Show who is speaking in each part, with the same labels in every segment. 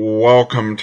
Speaker 1: welcome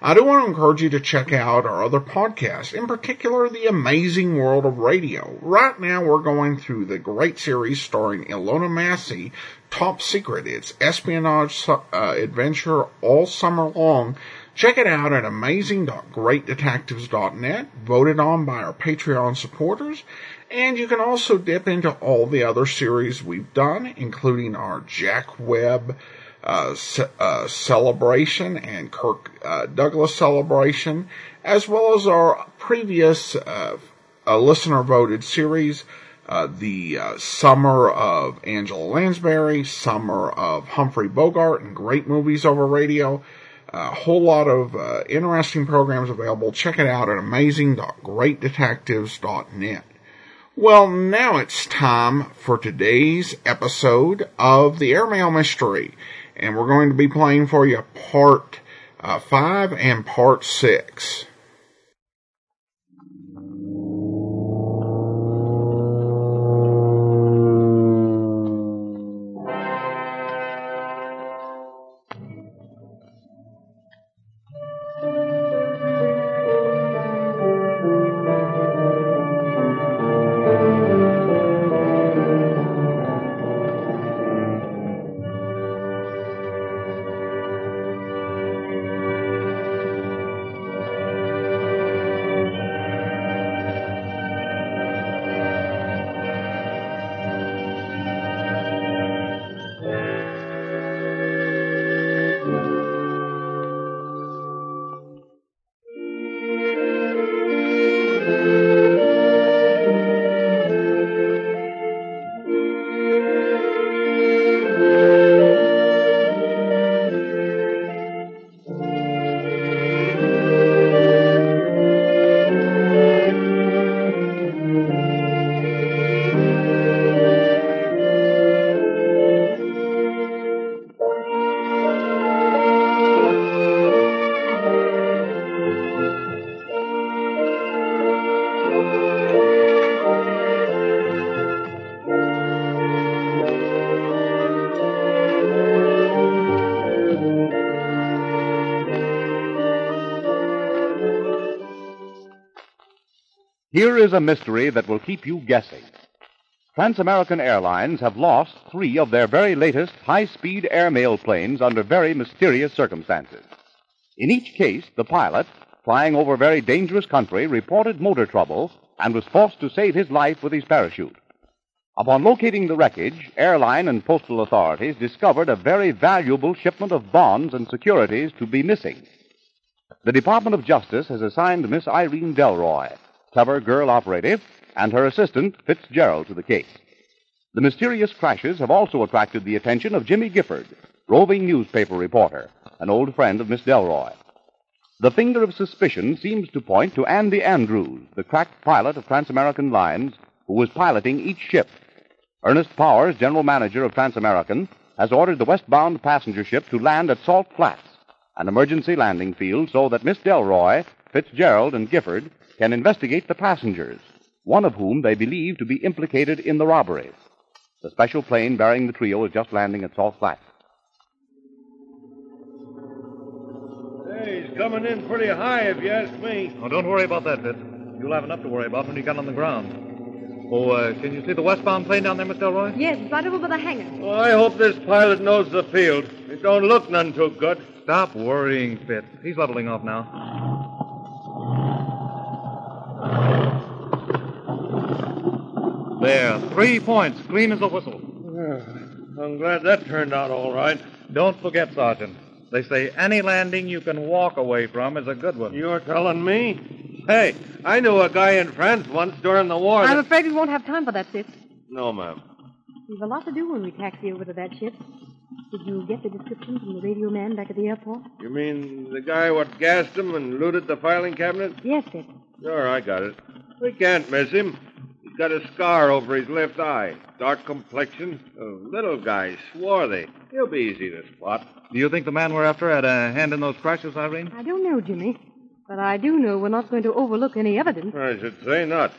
Speaker 1: I do want to encourage you to check out our other podcasts, in particular, The Amazing World of Radio. Right now, we're going through the great series starring Ilona Massey, Top Secret. It's espionage uh, adventure all summer long. Check it out at amazing.greatdetectives.net, voted on by our Patreon supporters. And you can also dip into all the other series we've done, including our Jack Webb uh, ce- uh, celebration and Kirk uh, Douglas celebration, as well as our previous uh, uh, listener voted series, uh, the uh, Summer of Angela Lansbury, Summer of Humphrey Bogart, and Great Movies Over Radio. A whole lot of uh, interesting programs available. Check it out at amazing.greatdetectives.net. Well, now it's time for today's episode of the Airmail Mystery, and we're going to be playing for you part uh, five and part six.
Speaker 2: Here is a mystery that will keep you guessing. Trans-American Airlines have lost three of their very latest high-speed airmail planes under very mysterious circumstances. In each case, the pilot, flying over very dangerous country, reported motor trouble and was forced to save his life with his parachute. Upon locating the wreckage, airline and postal authorities discovered a very valuable shipment of bonds and securities to be missing. The Department of Justice has assigned Miss Irene Delroy, clever girl operative, and her assistant, Fitzgerald, to the case. The mysterious crashes have also attracted the attention of Jimmy Gifford, roving newspaper reporter, an old friend of Miss Delroy. The finger of suspicion seems to point to Andy Andrews, the cracked pilot of Transamerican Lines, who was piloting each ship. Ernest Powers, general manager of Transamerican, has ordered the westbound passenger ship to land at Salt Flats, an emergency landing field, so that Miss Delroy, Fitzgerald, and Gifford can investigate the passengers, one of whom they believe to be implicated in the robbery. The special plane bearing the trio is just landing at Salt Flats.
Speaker 3: Hey, he's coming in pretty high, if you ask me.
Speaker 4: Oh, don't worry about that, Fitz. You'll have enough to worry about when you get on the ground. Oh, uh, can you see the westbound plane down there, Miss Delroy?
Speaker 5: Yes, right over by the hangar.
Speaker 3: Oh, I hope this pilot knows the field. It don't look none too good.
Speaker 4: Stop worrying, Fitz. He's leveling off now. There, three points, clean as a whistle.
Speaker 3: I'm glad that turned out all right.
Speaker 4: Don't forget, Sergeant. They say any landing you can walk away from is a good one.
Speaker 3: You're telling me? Hey, I knew a guy in France once during the war.
Speaker 5: I'm
Speaker 3: that-
Speaker 5: afraid we won't have time for that, Fitz.
Speaker 3: No, ma'am.
Speaker 5: We've a lot to do when we taxi over to that ship. Did you get the description from the radio man back at the airport?
Speaker 3: You mean the guy what gassed him and looted the filing cabinet?
Speaker 5: Yes, Fitz.
Speaker 3: Sure, I got it. We can't miss him. He's
Speaker 2: got a scar over his left eye. Dark complexion. A little guy, swarthy. He'll be easy to spot.
Speaker 6: Do you think the man we're after had a hand in those crashes, Irene?
Speaker 5: I don't know, Jimmy. But I do know we're not going to overlook any evidence.
Speaker 2: I should say not.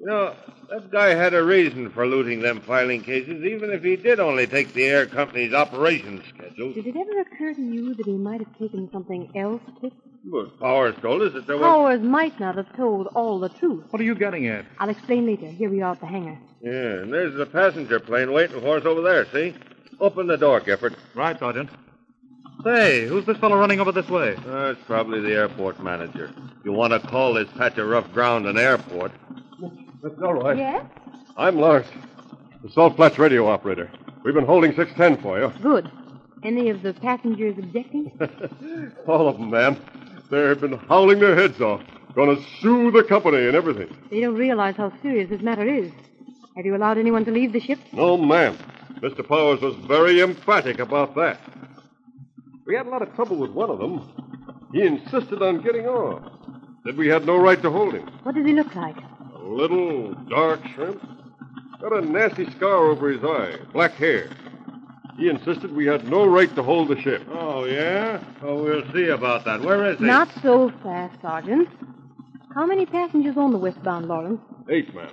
Speaker 2: You know, that guy had a reason for looting them filing cases, even if he did only take the air company's operation schedule.
Speaker 5: Did it ever occur to you that he might have taken something else, Kit?
Speaker 2: Well, Powers told us that there was.
Speaker 5: Powers might not have told all the truth.
Speaker 6: What are you getting at?
Speaker 5: I'll explain later. Here we are at the hangar.
Speaker 2: Yeah, and there's the passenger plane waiting for us over there, see? Open the door, Gifford.
Speaker 6: Right, Sergeant. Say, who's this fellow running over this way?
Speaker 2: Uh, it's probably the airport manager. You want to call this patch of rough ground an airport?
Speaker 3: That's all right.
Speaker 5: Yes?
Speaker 3: I'm Lawrence, the Salt Flats radio operator. We've been holding 610 for you.
Speaker 5: Good. Any of the passengers objecting?
Speaker 3: All of them, ma'am. They've been howling their heads off. Gonna sue the company and everything.
Speaker 5: they don't realize how serious this matter is. Have you allowed anyone to leave the ship?
Speaker 3: No, ma'am. Mr. Powers was very emphatic about that. We had a lot of trouble with one of them. He insisted on getting off. Said we had no right to hold him.
Speaker 5: What does he look like?
Speaker 3: A little dark shrimp. Got a nasty scar over his eye, black hair. He insisted we had no right to hold the ship.
Speaker 2: Oh, yeah? Oh, we'll see about that. Where is he?
Speaker 5: Not so fast, Sergeant. How many passengers on the westbound, Lawrence?
Speaker 3: Eight, ma'am.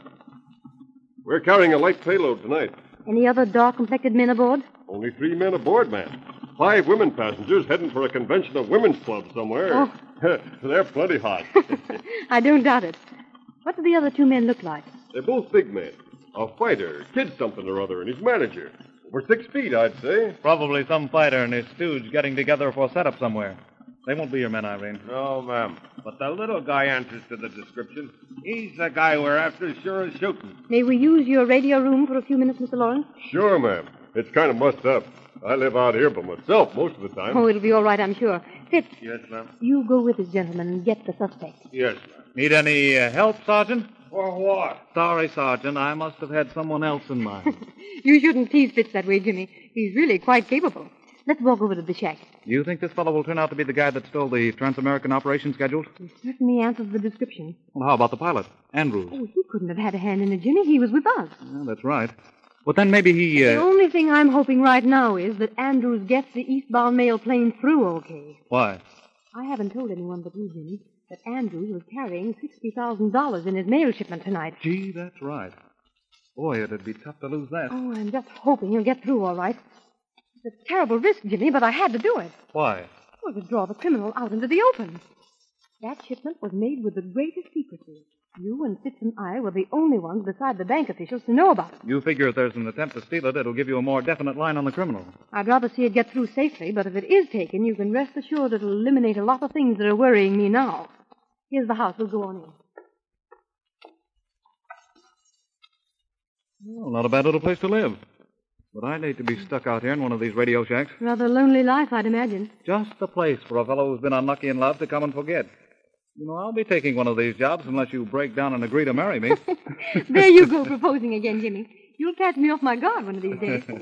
Speaker 3: We're carrying a light payload tonight.
Speaker 5: Any other dark complected men aboard?
Speaker 3: Only three men aboard, ma'am. Five women passengers heading for a convention of women's clubs somewhere. They're plenty hot.
Speaker 5: I don't doubt it. What do the other two men look like?
Speaker 3: They're both big men. A fighter, kid something or other, and his manager. Over six feet, I'd say.
Speaker 6: Probably some fighter and his stooge getting together for a setup somewhere. They won't be your men, Irene.
Speaker 2: No, ma'am. But the little guy answers to the description. He's the guy we're after, sure as shooting.
Speaker 5: May we use your radio room for a few minutes, Mr. Lawrence?
Speaker 3: Sure, ma'am. It's kind of mussed up. I live out here by myself most of the time.
Speaker 5: Oh, it'll be all right, I'm sure. Fitz,
Speaker 2: Yes, ma'am.
Speaker 5: you go with this gentleman and get the suspect.
Speaker 2: Yes, ma'am.
Speaker 6: Need any uh, help, Sergeant?
Speaker 2: For what?
Speaker 6: Sorry, Sergeant. I must have had someone else in mind.
Speaker 5: You shouldn't tease Fitz that way, Jimmy. He's really quite capable. Let's walk over to the shack.
Speaker 6: Do you think this fellow will turn out to be the guy that stole the Trans-American operation scheduled?
Speaker 5: He certainly answers the description.
Speaker 6: Well, how about the pilot, Andrews?
Speaker 5: Oh, he couldn't have had a hand in it, Jimmy. He was with us.
Speaker 6: Yeah, that's right. But then maybe he.
Speaker 5: The
Speaker 6: Uh...
Speaker 5: only thing I'm hoping right now is that Andrews gets the eastbound mail plane through okay.
Speaker 6: Why?
Speaker 5: I haven't told anyone but you, Jimmy, that Andrews was carrying $60,000 in his mail shipment tonight.
Speaker 6: Gee, that's right. Boy, it'd be tough to lose that.
Speaker 5: Oh, I'm just hoping he'll get through all right. It's a terrible risk, Jimmy, but I had to do it.
Speaker 6: Why?
Speaker 5: Well, to draw the criminal out into the open. That shipment was made with the greatest secrecy. You and Fitz and I were the only ones beside the bank officials to know about it.
Speaker 6: You figure if there's an attempt to steal it, it'll give you a more definite line on the criminal.
Speaker 5: I'd rather see it get through safely, but if it is taken, you can rest assured it'll eliminate a lot of things that are worrying me now. Here's the house. We'll go on in.
Speaker 6: Well, not a bad little place to live. But I'd hate to be stuck out here in one of these radio shacks.
Speaker 5: Rather lonely life, I'd imagine.
Speaker 6: Just the place for a fellow who's been unlucky in love to come and forget. You know, I'll be taking one of these jobs unless you break down and agree to marry me.
Speaker 5: there you go, proposing again, Jimmy. You'll catch me off my guard one of these days.
Speaker 2: Any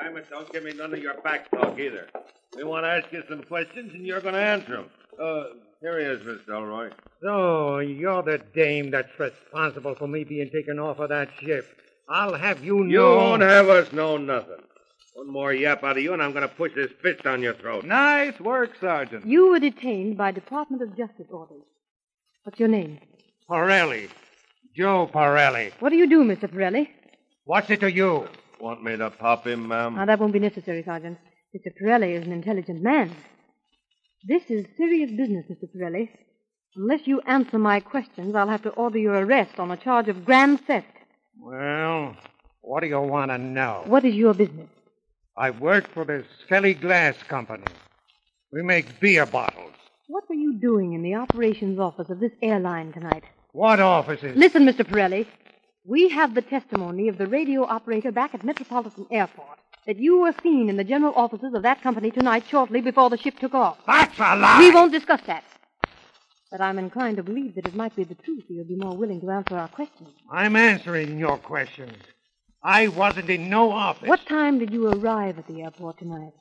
Speaker 2: time, and don't give me none of your back talk either. We want to ask you some questions, and you're going to answer them. Uh, here he is, Miss Delroy.
Speaker 7: So, you're the dame that's responsible for me being taken off of that ship. I'll have you know.
Speaker 2: You won't have us know nothing. One more yap out of you, and I'm going to push this fist down your throat.
Speaker 6: nice work, Sergeant.
Speaker 5: you were detained by Department of Justice orders. What's your name?
Speaker 7: Pirelli. Joe Pirelli.
Speaker 5: What do you do, Mr. Pirelli?
Speaker 7: What's it to you?
Speaker 2: Want me to pop him,
Speaker 3: Hmm.
Speaker 2: ma'am?
Speaker 5: Now, Ah, that won't be necessary, Sergeant. Mr. Pirelli is an intelligent man. This is serious business, Mr. Pirelli. Unless you answer my questions, I'll have to order your arrest on a charge of grand theft.
Speaker 7: Well, what do you want to know?
Speaker 5: What is your business?
Speaker 7: I work for this Skelly Glass Company. We make beer bottles.
Speaker 5: What were you doing in the operations office of this airline tonight?
Speaker 7: What offices?
Speaker 5: Listen, Mr. Pirelli. We have the testimony of the radio operator back at Metropolitan Airport that you were seen in the general offices of that company tonight shortly before the ship took off.
Speaker 7: That's a lie!
Speaker 5: We won't discuss that. But I'm inclined to believe that it might be the truth. You'll be more willing to answer our questions.
Speaker 7: I'm answering your questions. I wasn't in no office.
Speaker 5: What time did you arrive at the airport tonight?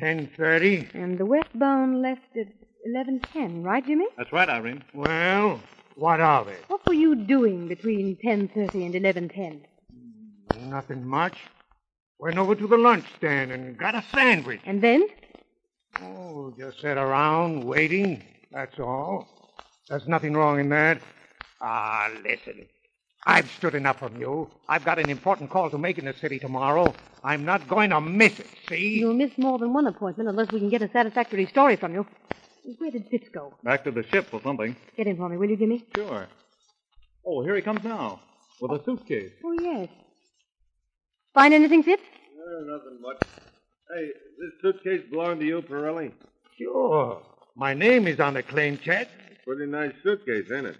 Speaker 7: 10.30.
Speaker 5: And the westbound left at 11.10, right, Jimmy?
Speaker 6: That's right, Irene.
Speaker 7: Well,
Speaker 6: What of it?
Speaker 5: What were you doing between 10.30 and 11.10?
Speaker 6: Nothing much. Went over to the lunch stand and got a sandwich.
Speaker 5: And then?
Speaker 6: Oh, just sat around waiting. That's all. There's nothing wrong in that. Ah, listen. I've stood enough from you. I've got an important call to make in the city tomorrow. I'm not going to miss it, see?
Speaker 5: You'll miss more than one appointment unless we can get a satisfactory story from you. Where did Fitz go?
Speaker 8: Back to the ship or something.
Speaker 5: Get him for me, will you, Jimmy?
Speaker 8: Sure. Oh, here he comes now with a suitcase.
Speaker 5: Oh, yes. Find anything, Fitz?
Speaker 2: Eh, nothing much. Hey, this suitcase belong to you, Pirelli?
Speaker 6: Sure. My name is on the claim check. Uh,
Speaker 2: Pretty nice suitcase, ain't it?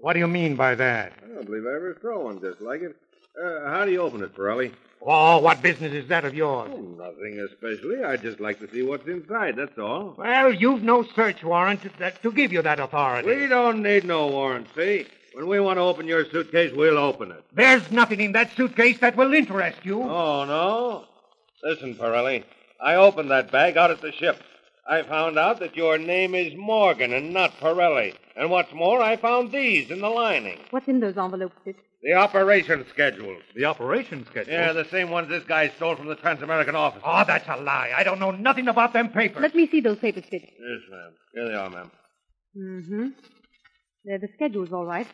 Speaker 6: What do you mean by that?
Speaker 2: I don't believe I ever saw one just like it. Uh, how do you open it, Pirelli?
Speaker 6: Oh, what business is that of yours?
Speaker 2: Oh, nothing especially. I'd just like to see what's inside, that's all.
Speaker 6: Well, you've no search warrant to, that, to give you that authority.
Speaker 2: We don't need no warrant, see? When we want to open your suitcase, we'll open it.
Speaker 6: There's nothing in that suitcase that will interest you.
Speaker 2: Oh, no? Listen, Pirelli, I opened that bag out at the ship. I found out that your name is Morgan and not Pirelli. And what's more, I found these in the lining.
Speaker 5: What's in those envelopes, Fitz?
Speaker 2: The operation schedules.
Speaker 8: The operation schedule.
Speaker 2: Yeah, the same ones this guy stole from the Transamerican office.
Speaker 6: Oh, that's a lie. I don't know nothing about them papers.
Speaker 5: Let me see those papers, Fitz.
Speaker 2: Yes, ma'am. Here they are, ma'am.
Speaker 5: Mm-hmm. They're the schedule's all right.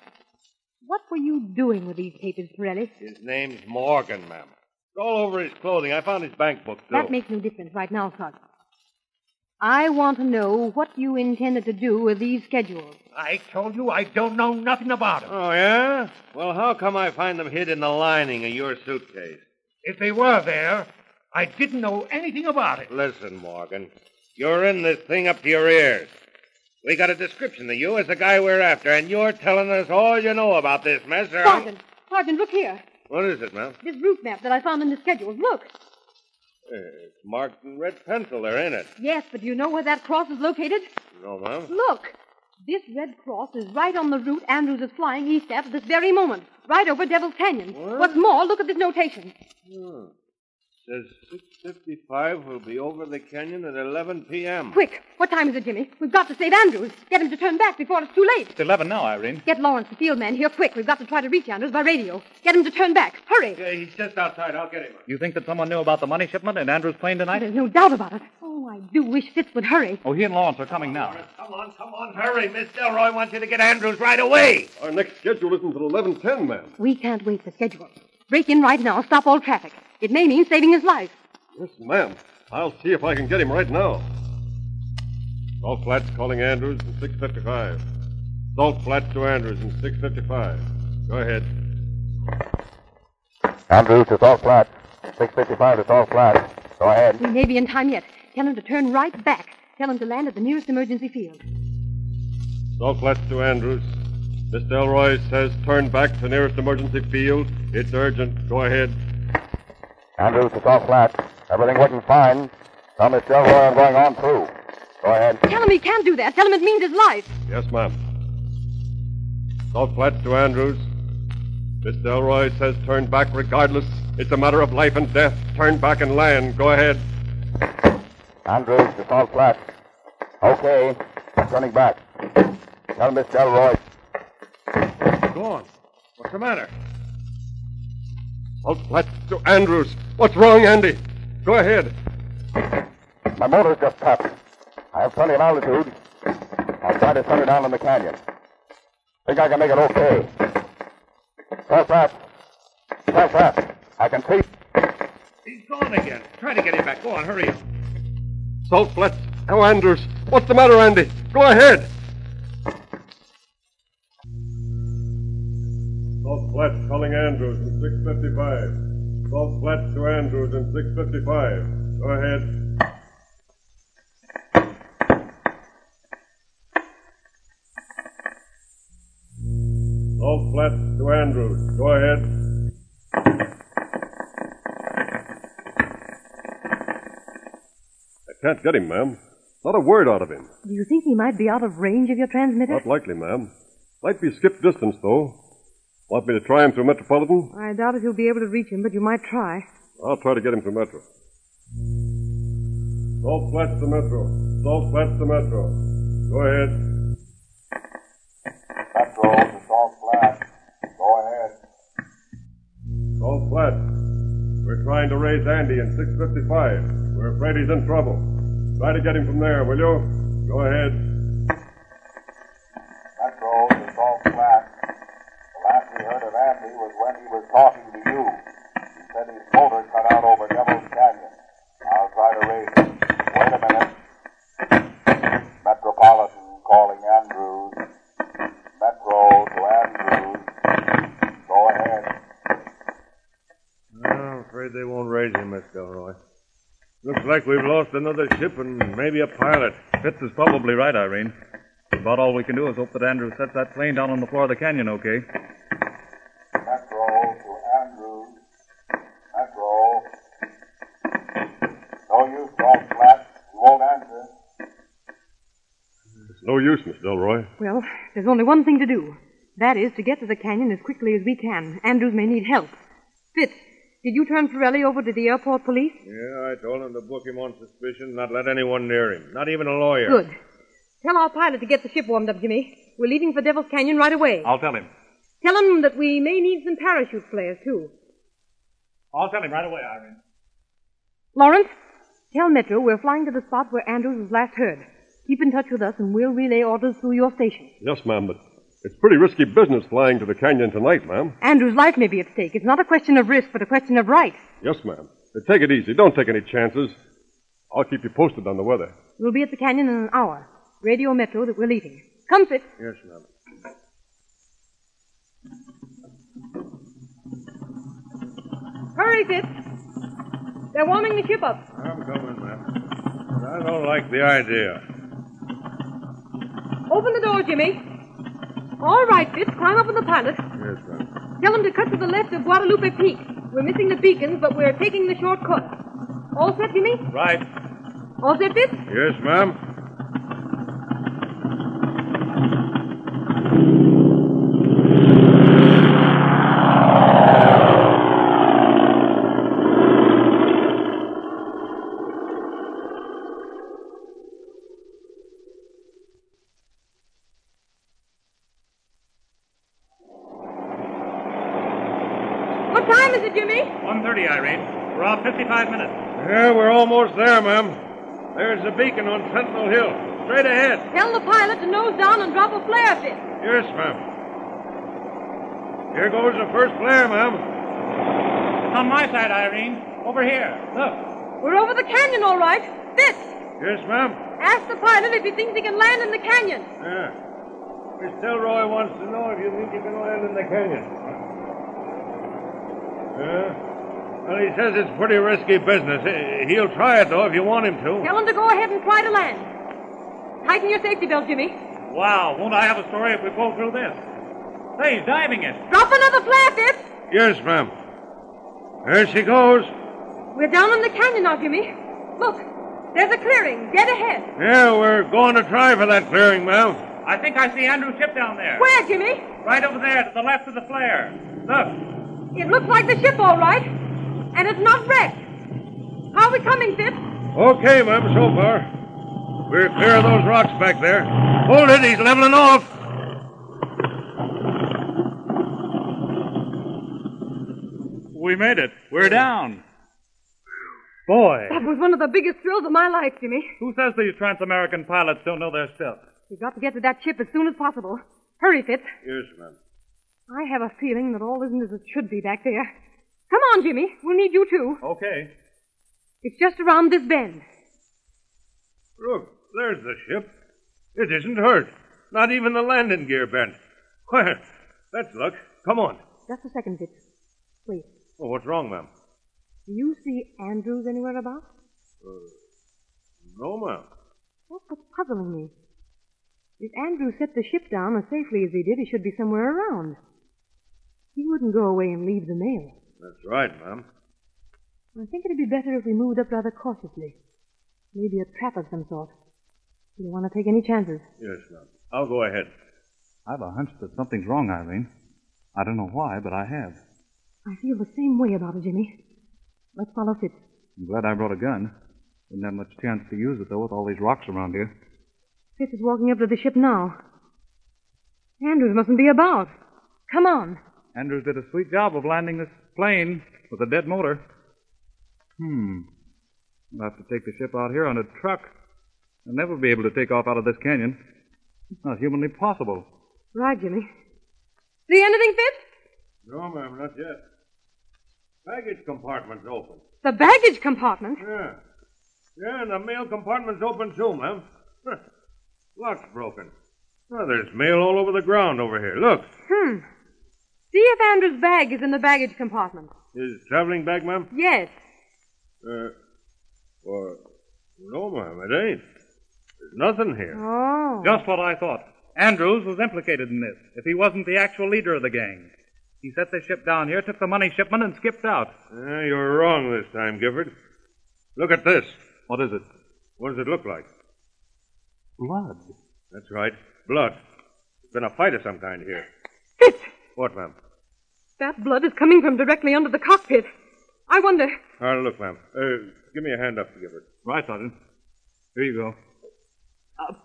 Speaker 5: What were you doing with these papers, Pirelli?
Speaker 2: His name's Morgan, ma'am. It's all over his clothing. I found his bank book, too.
Speaker 5: That makes no difference right now, Sergeant. I want to know what you intended to do with these schedules.
Speaker 6: I told you I don't know nothing about them.
Speaker 2: Oh, yeah? Well, how come I find them hid in the lining of your suitcase?
Speaker 6: If they were there, I didn't know anything about it.
Speaker 2: Listen, Morgan. You're in this thing up to your ears. We got a description of you as the guy we're after, and you're telling us all you know about this mess. or I'm-
Speaker 5: Sergeant, Sergeant, look here.
Speaker 2: What is it, ma'am?
Speaker 5: This route map that I found in the schedules. Look.
Speaker 2: Eh, It's marked in red pencil there, ain't it?
Speaker 5: Yes, but do you know where that cross is located?
Speaker 2: No, ma'am.
Speaker 5: Look. This red cross is right on the route Andrews is flying east at this very moment, right over Devil's Canyon.
Speaker 2: What?
Speaker 5: What's more, look at this notation.
Speaker 2: Hmm. Says 6.55 will be over the canyon at 11 p.m.
Speaker 5: Quick, what time is it, Jimmy? We've got to save Andrews. Get him to turn back before it's too late.
Speaker 8: It's 11 now, Irene.
Speaker 5: Get Lawrence, the field man, here quick. We've got to try to reach Andrews by radio. Get him to turn back. Hurry.
Speaker 2: Yeah, he's just outside. I'll get him.
Speaker 8: You think that someone knew about the money shipment in Andrew's plane tonight?
Speaker 5: There's no doubt about it. Oh, I do wish Fitz would hurry.
Speaker 8: Oh, he and Lawrence are coming now.
Speaker 2: Come on, come on, hurry. Miss Delroy wants you to get Andrews right away.
Speaker 3: Our next schedule isn't until 11.10, ma'am.
Speaker 5: We can't wait for schedule. Break in right now. Stop all traffic. It may mean saving his life.
Speaker 3: Yes, ma'am. I'll see if I can get him right now. Salt Flats calling Andrews in 6.55. Salt Flats to Andrews in 6.55. Go ahead.
Speaker 9: Andrews, it's all flat. 655, it's all flat. Go ahead.
Speaker 5: We may be in time yet. Tell him to turn right back. Tell him to land at the nearest emergency field.
Speaker 3: Salt Flats to Andrews. Miss Delroy says turn back to nearest emergency field. It's urgent. Go ahead.
Speaker 9: Andrews, it's all flat. Everything looking fine. Tell Miss Delroy I'm going on through. Go ahead.
Speaker 5: Tell him he can't do that. Tell him it means his life.
Speaker 3: Yes, ma'am. Salt Flats to Andrews. Miss Delroy says turn back regardless. It's a matter of life and death. Turn back and land. Go ahead.
Speaker 9: Andrews, it's all flat. Okay. Turning back. Tell Miss Delroy.
Speaker 2: Go on. What's the matter?
Speaker 3: Salt Flats to Oh, Andrews. What's wrong, Andy? Go ahead.
Speaker 9: My motor's just tapped. I have plenty of altitude. I'll try to center down in the canyon. Think I can make it okay. Tell flat. Tell flat. I can see.
Speaker 2: He's gone again. Try to get him back. Go on, hurry up.
Speaker 3: Salt Flats to Andrews. What's the matter, Andy? Go ahead. Salt Flats calling Andrews in 655. Salt Flats to Andrews in 655. Go ahead. Salt Flats to Andrews. Go ahead. I can't get him, ma'am. Not a word out of him.
Speaker 5: Do you think he might be out of range of your transmitter?
Speaker 3: Not likely, ma'am. Might be skip distance, though. Want me to try him through Metropolitan?
Speaker 5: I doubt if you'll be able to reach him, but you might try.
Speaker 3: I'll try to get him through Metro. Salt flats to Metro. Salt flats to Metro. Go ahead.
Speaker 9: That's
Speaker 10: It's all flat. We're trying to raise Andy in 655. We're afraid he's in trouble. Try to get him from there, will you? Go ahead.
Speaker 9: That goes, it's all flat. The last we heard of Andy was when he was talking to you. He said his motor cut out over Devil's Canyon. I'll try to raise it. Wait a minute. Metropolitan calling Andrews. Metro to Andrews. Go ahead.
Speaker 3: I'm afraid they won't raise him, Miss Gilroy. Looks like we've lost another ship and maybe a pilot.
Speaker 4: Fitz is probably right, Irene. About all we can do is hope that Andrews sets that plane down on the floor of the canyon okay.
Speaker 9: Metro to Andrews. Metro. No use, all flat. He won't answer.
Speaker 10: It's no use, Miss Delroy.
Speaker 5: Well, there's only one thing to do. That is to get to the canyon as quickly as we can. Andrews may need help. Fitz, did you turn Pirelli over to the airport police?
Speaker 3: Yeah, I told him to book him on suspicion, not let anyone near him, not even a lawyer.
Speaker 5: Good. Tell our pilot to get the ship warmed up, Jimmy. We're leaving for Devil's Canyon right away.
Speaker 4: I'll tell him.
Speaker 5: Tell him that we may need some parachute players, too.
Speaker 4: I'll tell him right away, Irene.
Speaker 5: Lawrence, tell Metro we're flying to the spot where Andrews was last heard. Keep in touch with us, and we'll relay orders through your station.
Speaker 10: Yes, ma'am, but it's pretty risky business flying to the canyon tonight, ma'am.
Speaker 5: Andrew's life may be at stake. It's not a question of risk, but a question of right.
Speaker 10: Yes, ma'am. But take it easy. Don't take any chances. I'll keep you posted on the weather.
Speaker 5: We'll be at the canyon in an hour. Radio Metro that we're leaving. Come, Fitz.
Speaker 3: Yes, ma'am.
Speaker 5: Hurry, Fitz. They're warming the ship up.
Speaker 3: I'm coming, ma'am. But I don't like the idea.
Speaker 5: Open the door, Jimmy. All right, Fitz. Climb up on the pilot.
Speaker 3: Yes, ma'am.
Speaker 5: Tell him to cut to the left of Guadalupe Peak. We're missing the beacons, but we're taking the short cut. All set, Jimmy?
Speaker 3: Right.
Speaker 5: All set, Fitz?
Speaker 3: Yes, ma'am.
Speaker 5: What time is it, Jimmy?
Speaker 4: 1.30, Irene. We're out 55 minutes.
Speaker 3: Yeah, we're almost there, ma'am. There's the beacon on Sentinel Hill. Straight ahead.
Speaker 5: Tell the pilot to nose down and drop a flare, Fitz.
Speaker 3: Yes, ma'am. Here goes the first flare, ma'am.
Speaker 4: On my side, Irene. Over here. Look.
Speaker 5: We're over the canyon, all right. Fitz,
Speaker 3: Yes, ma'am.
Speaker 5: ask the pilot if he thinks he can land in the canyon.
Speaker 3: Yeah. Miss Delroy wants to know if you think you can land in the canyon. Yeah? Well, he says it's pretty risky business. He- He'll try it, though, if you want him to.
Speaker 5: Tell him to go ahead and try to land. Tighten your safety belt, Jimmy.
Speaker 4: Wow, won't I have a story if we pull through this? Hey, he's diving it.
Speaker 5: Drop another flare, Fitz.
Speaker 3: Yes, ma'am. There she goes.
Speaker 5: We're down in the canyon now, Jimmy. Look, there's a clearing dead ahead.
Speaker 3: Yeah, we're going to try for that clearing, ma'am.
Speaker 4: I think I see Andrew's ship down there.
Speaker 5: Where, Jimmy?
Speaker 4: Right over there to the left of the flare. Look.
Speaker 5: It looks like the ship, all right. And it's not wrecked. How are we coming, Fitz?
Speaker 3: Okay, ma'am, so far. We're clear of those rocks back there. Hold it, he's leveling off.
Speaker 4: We made it. We're down. Boy.
Speaker 5: That was one of the biggest thrills of my life, Jimmy.
Speaker 4: Who says these trans-American pilots don't know their stuff?
Speaker 5: We've got to get to that ship as soon as possible. Hurry, Fitz.
Speaker 3: Yes, ma'am.
Speaker 5: I have a feeling that all isn't as it should be back there. Come on, Jimmy. We'll need you too.
Speaker 4: Okay.
Speaker 5: It's just around this bend.
Speaker 3: Look, there's the ship. It isn't hurt. Not even the landing gear bent. Well, that's luck. Come on.
Speaker 5: Just a second, Fitz. Wait.
Speaker 3: Oh, what's wrong, ma'am?
Speaker 5: Do you see Andrews anywhere about?
Speaker 3: No, ma'am.
Speaker 5: That's what's puzzling me. If Andrews set the ship down as safely as he did, he should be somewhere around. He wouldn't go away and leave the mail.
Speaker 3: That's right, ma'am.
Speaker 5: I think it'd be better if we moved up rather cautiously. Maybe a trap of some sort. We don't want to take any chances.
Speaker 3: Yes, ma'am. I'll go ahead.
Speaker 2: I have a hunch that something's wrong, Irene. I don't know why, but I have.
Speaker 5: I feel the same way about it, Jimmy. Let's follow Fitz.
Speaker 2: I'm glad I brought a gun. Didn't have much chance to use it, though, with all these rocks around here.
Speaker 5: Fitz is walking up to the ship now. Andrews mustn't be about. Come on.
Speaker 11: Andrews did a sweet job of landing this plane with a dead motor. Hmm. We'll have to take the ship out here on a truck. I'll never be able to take off out of this canyon. It's not humanly possible.
Speaker 5: Right, Jimmy. See anything, Fitz?
Speaker 3: No, ma'am, not yet. Baggage compartment's open.
Speaker 5: The baggage compartment?
Speaker 3: Yeah. Yeah, and the mail compartment's open too, ma'am. Huh. Lock's broken. Well, there's mail all over the ground over here. Look.
Speaker 5: Hmm. See if Andrew's bag is in the baggage compartment.
Speaker 3: His traveling bag, ma'am?
Speaker 5: Yes.
Speaker 3: Uh, well, no, ma'am, it ain't. There's nothing here.
Speaker 5: Oh.
Speaker 11: Just what I thought. Andrews was implicated in this, if he wasn't the actual leader of the gang. He set the ship down here, took the money shipment, and skipped out.
Speaker 3: Yeah, Ah, you're wrong this time, Gifford. Look at this.
Speaker 11: What is it?
Speaker 3: What does it look like?
Speaker 11: Blood.
Speaker 3: That's right. Blood. It's been a fight of some kind here.
Speaker 5: Fitz,
Speaker 3: What, ma'am?
Speaker 5: that blood is coming from directly under the cockpit. I wonder.
Speaker 3: Ah, look, ma'am. Uh, give me a hand up, Gifford.
Speaker 11: Right, Sergeant. Here you go.
Speaker 3: Yeah,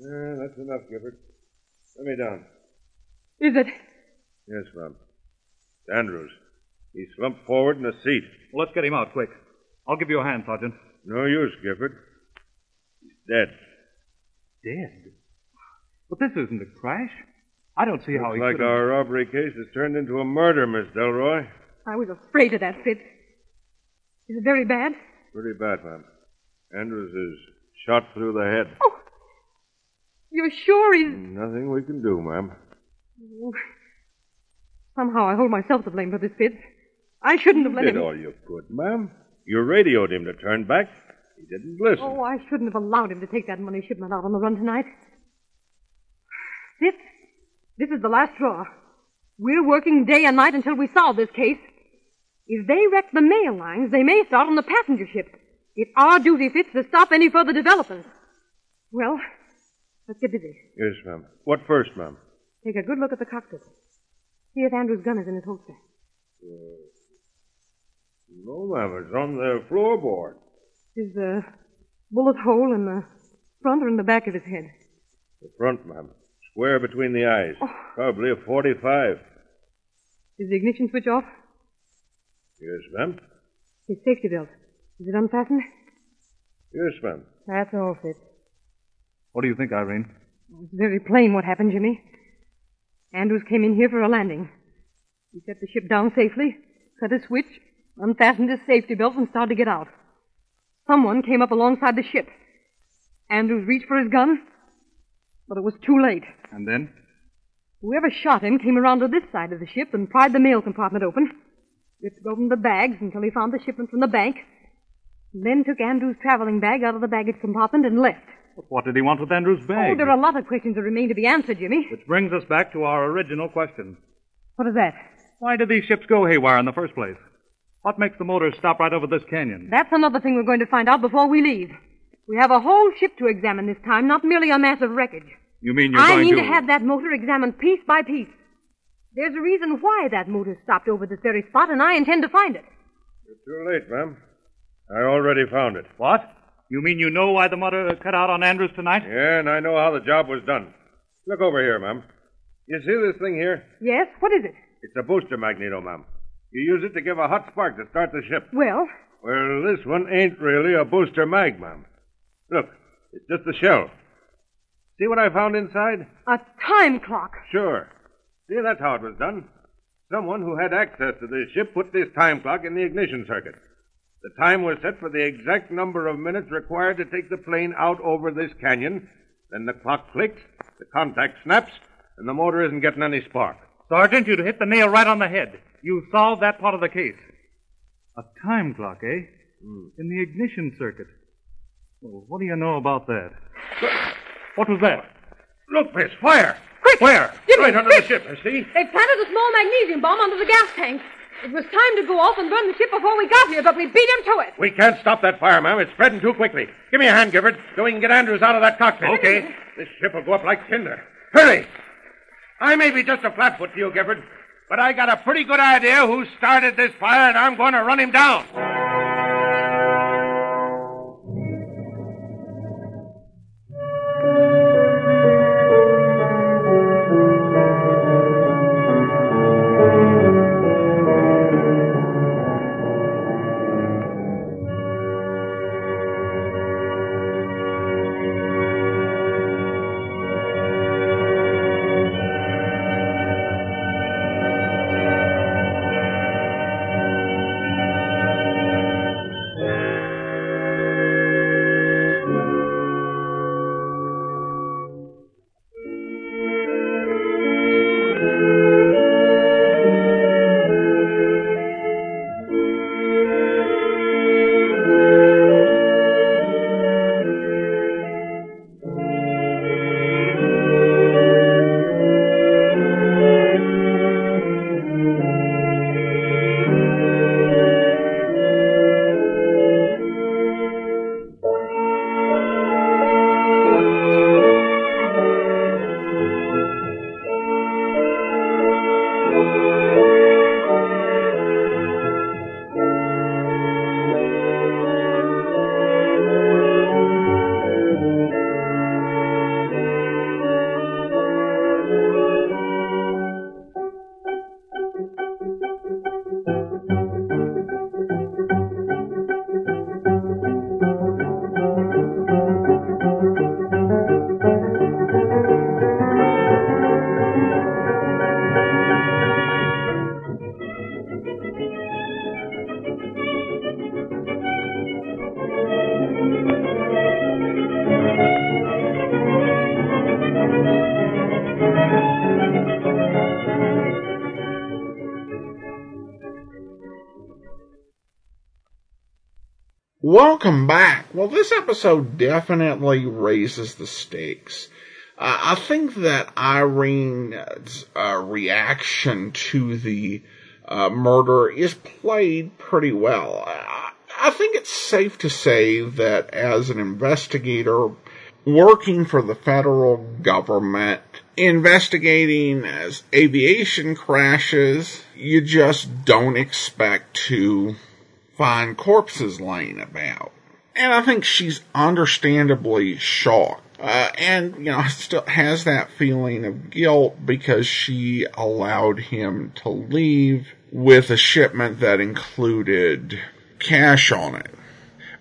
Speaker 3: Ah, that's enough, Gifford. Let me down.
Speaker 5: Is it?
Speaker 3: Yes, ma'am. It's Andrews. He slumped forward in the seat.
Speaker 11: Well, let's get him out quick. I'll give you a hand, Sergeant.
Speaker 3: No use, Gifford. He's dead.
Speaker 11: Dead? But this isn't a crash. I don't see how
Speaker 3: Looks
Speaker 11: he
Speaker 3: like
Speaker 11: could
Speaker 3: our robbery case has turned into a murder, Miss Delroy.
Speaker 5: I was afraid of that, Fitz. Is it very bad?
Speaker 3: Pretty bad, ma'am. Andrews is shot through the head.
Speaker 5: Oh. You're sure he's.
Speaker 3: Nothing we can do, ma'am.
Speaker 5: Somehow I hold myself to blame for this, Fitz. I shouldn't have let
Speaker 3: did
Speaker 5: him.
Speaker 3: all you could, ma'am. You radioed him to turn back. He didn't listen.
Speaker 5: Oh, I shouldn't have allowed him to take that money shipment out on the run tonight. This, this is the last straw. We're working day and night until we solve this case. If they wreck the mail lines, they may start on the passenger ship. It's our duty, Fitz, to stop any further developments. Well, let's get busy.
Speaker 3: Yes, ma'am. What first, ma'am?
Speaker 5: Take a good look at the cockpit. See if Andrew's gun is in his holster.
Speaker 3: No, ma'am. It's on the floorboard.
Speaker 5: His uh, bullet hole in the front or in the back of his head.
Speaker 3: The front, ma'am. Square between the eyes. Probably a 45.
Speaker 5: Is the ignition switch off?
Speaker 3: Yes, ma'am.
Speaker 5: His safety belt. Is it unfastened?
Speaker 3: Yes, ma'am.
Speaker 5: That's all, Fitz.
Speaker 11: What do you think, Irene?
Speaker 5: It's very plain what happened, Jimmy. Andrews came in here for a landing. He set the ship down safely, cut a switch, unfastened his safety belt, and started to get out. Someone came up alongside the ship. Andrews reached for his gun, but it was too late.
Speaker 11: And then?
Speaker 5: Whoever shot him came around to this side of the ship and pried the mail compartment open, ripped open the bags until he found the shipment from the bank, and then took Andrews' traveling bag out of the baggage compartment and left.
Speaker 11: What did he want with Andrew's bag?
Speaker 5: Oh, there are a lot of questions that remain to be answered, Jimmy.
Speaker 11: Which brings us back to our original question.
Speaker 5: What is that?
Speaker 11: Why did these ships go haywire in the first place? What makes the motors stop right over this canyon?
Speaker 5: That's another thing we're going to find out before we leave. We have a whole ship to examine this time, not merely a mass of wreckage.
Speaker 11: You mean you're
Speaker 5: I
Speaker 11: going
Speaker 5: mean
Speaker 11: to...
Speaker 5: to have that motor examined piece by piece. There's a reason why that motor stopped over this very spot, and I intend to find it.
Speaker 3: You're too late, ma'am. I already found it.
Speaker 11: What? You mean you know why the motor cut out on Andrews tonight?
Speaker 3: Yeah, and I know how the job was done. Look over here, ma'am. You see this thing here?
Speaker 5: Yes? What is it?
Speaker 3: It's a booster magneto, ma'am. You use it to give a hot spark to start the ship.
Speaker 5: Well,
Speaker 3: Well, this one ain't really a booster mag, ma'am. Look, it's just a shell. See what I found inside?
Speaker 5: a time clock.
Speaker 3: Sure. See, that's how it was done. Someone who had access to this ship put this time clock in the ignition circuit. The time was set for the exact number of minutes required to take the plane out over this canyon. Then the clock clicks, the contact snaps, and the motor isn't getting any spark.
Speaker 11: Sergeant, you'd hit the nail right on the head. You solved that part of the case. A time clock, eh?
Speaker 3: Hmm.
Speaker 11: In the ignition circuit. Well, what do you know about that? What was that?
Speaker 3: Look, Miss, fire!
Speaker 5: Quick!
Speaker 3: Where?
Speaker 5: Jimmy,
Speaker 3: right under
Speaker 5: quick!
Speaker 3: the ship, I see.
Speaker 5: They planted a small magnesium bomb under the gas tank. It was time to go off and run the ship before we got here, but we beat 'em to it.
Speaker 3: We can't stop that fire, ma'am. It's spreading too quickly. Give me a hand, Gifford, so we can get Andrews out of that cockpit.
Speaker 5: Okay.
Speaker 3: This ship will go up like tinder. Hurry! I may be just a flatfoot to you, Gifford, but I got a pretty good idea who started this fire, and I'm going to run him down.
Speaker 1: Welcome back. Well, this episode definitely raises the stakes. Uh, I think that Irene's uh, reaction to the uh, murder is played pretty well. I, I think it's safe to say that as an investigator working for the federal government, investigating as aviation crashes, you just don't expect to find corpses laying about. And I think she's understandably shocked. Uh, and, you know, still has that feeling of guilt because she allowed him to leave with a shipment that included cash on it.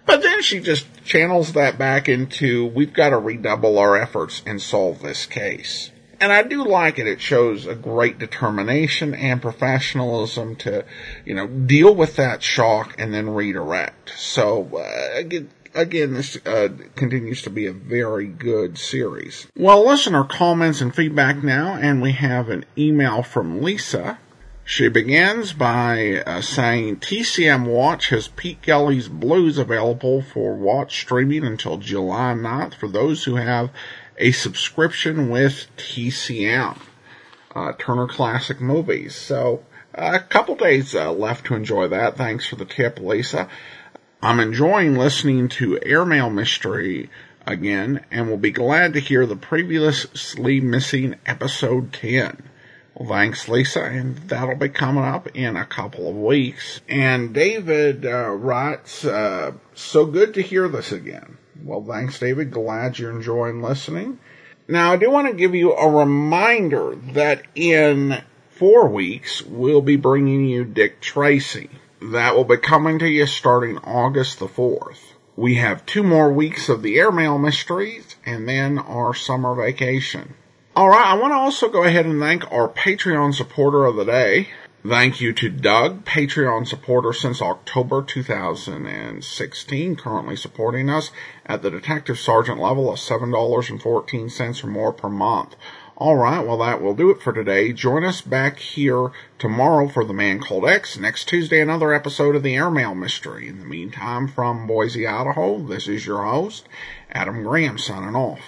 Speaker 1: But then she just channels that back into we've got to redouble our efforts and solve this case. And I do like it. It shows a great determination and professionalism to, you know, deal with that shock and then redirect. So, uh, again, again, this uh, continues to be a very good series. Well, listener comments and feedback now, and we have an email from Lisa. She begins by uh, saying TCM Watch has Pete Kelly's Blues available for watch streaming until July 9th for those who have a subscription with TCM, uh, Turner Classic Movies. So, a couple days uh, left to enjoy that. Thanks for the tip, Lisa. I'm enjoying listening to Airmail Mystery again and will be glad to hear the previously missing episode 10. Well, thanks, Lisa, and that'll be coming up in a couple of weeks. And David uh, writes, uh, so good to hear this again. Well, thanks, David. Glad you're enjoying listening. Now, I do want to give you a reminder that in four weeks, we'll be bringing you Dick Tracy. That will be coming to you starting August the 4th. We have two more weeks of the airmail mysteries and then our summer vacation. All right, I want to also go ahead and thank our Patreon supporter of the day. Thank you to Doug, Patreon supporter since October 2016, currently supporting us at the detective sergeant level of $7.14 or more per month. All right, well, that will do it for today. Join us back here tomorrow for The Man Called X. Next Tuesday, another episode of The Airmail Mystery. In the meantime, from Boise, Idaho, this is your host, Adam Graham, signing off.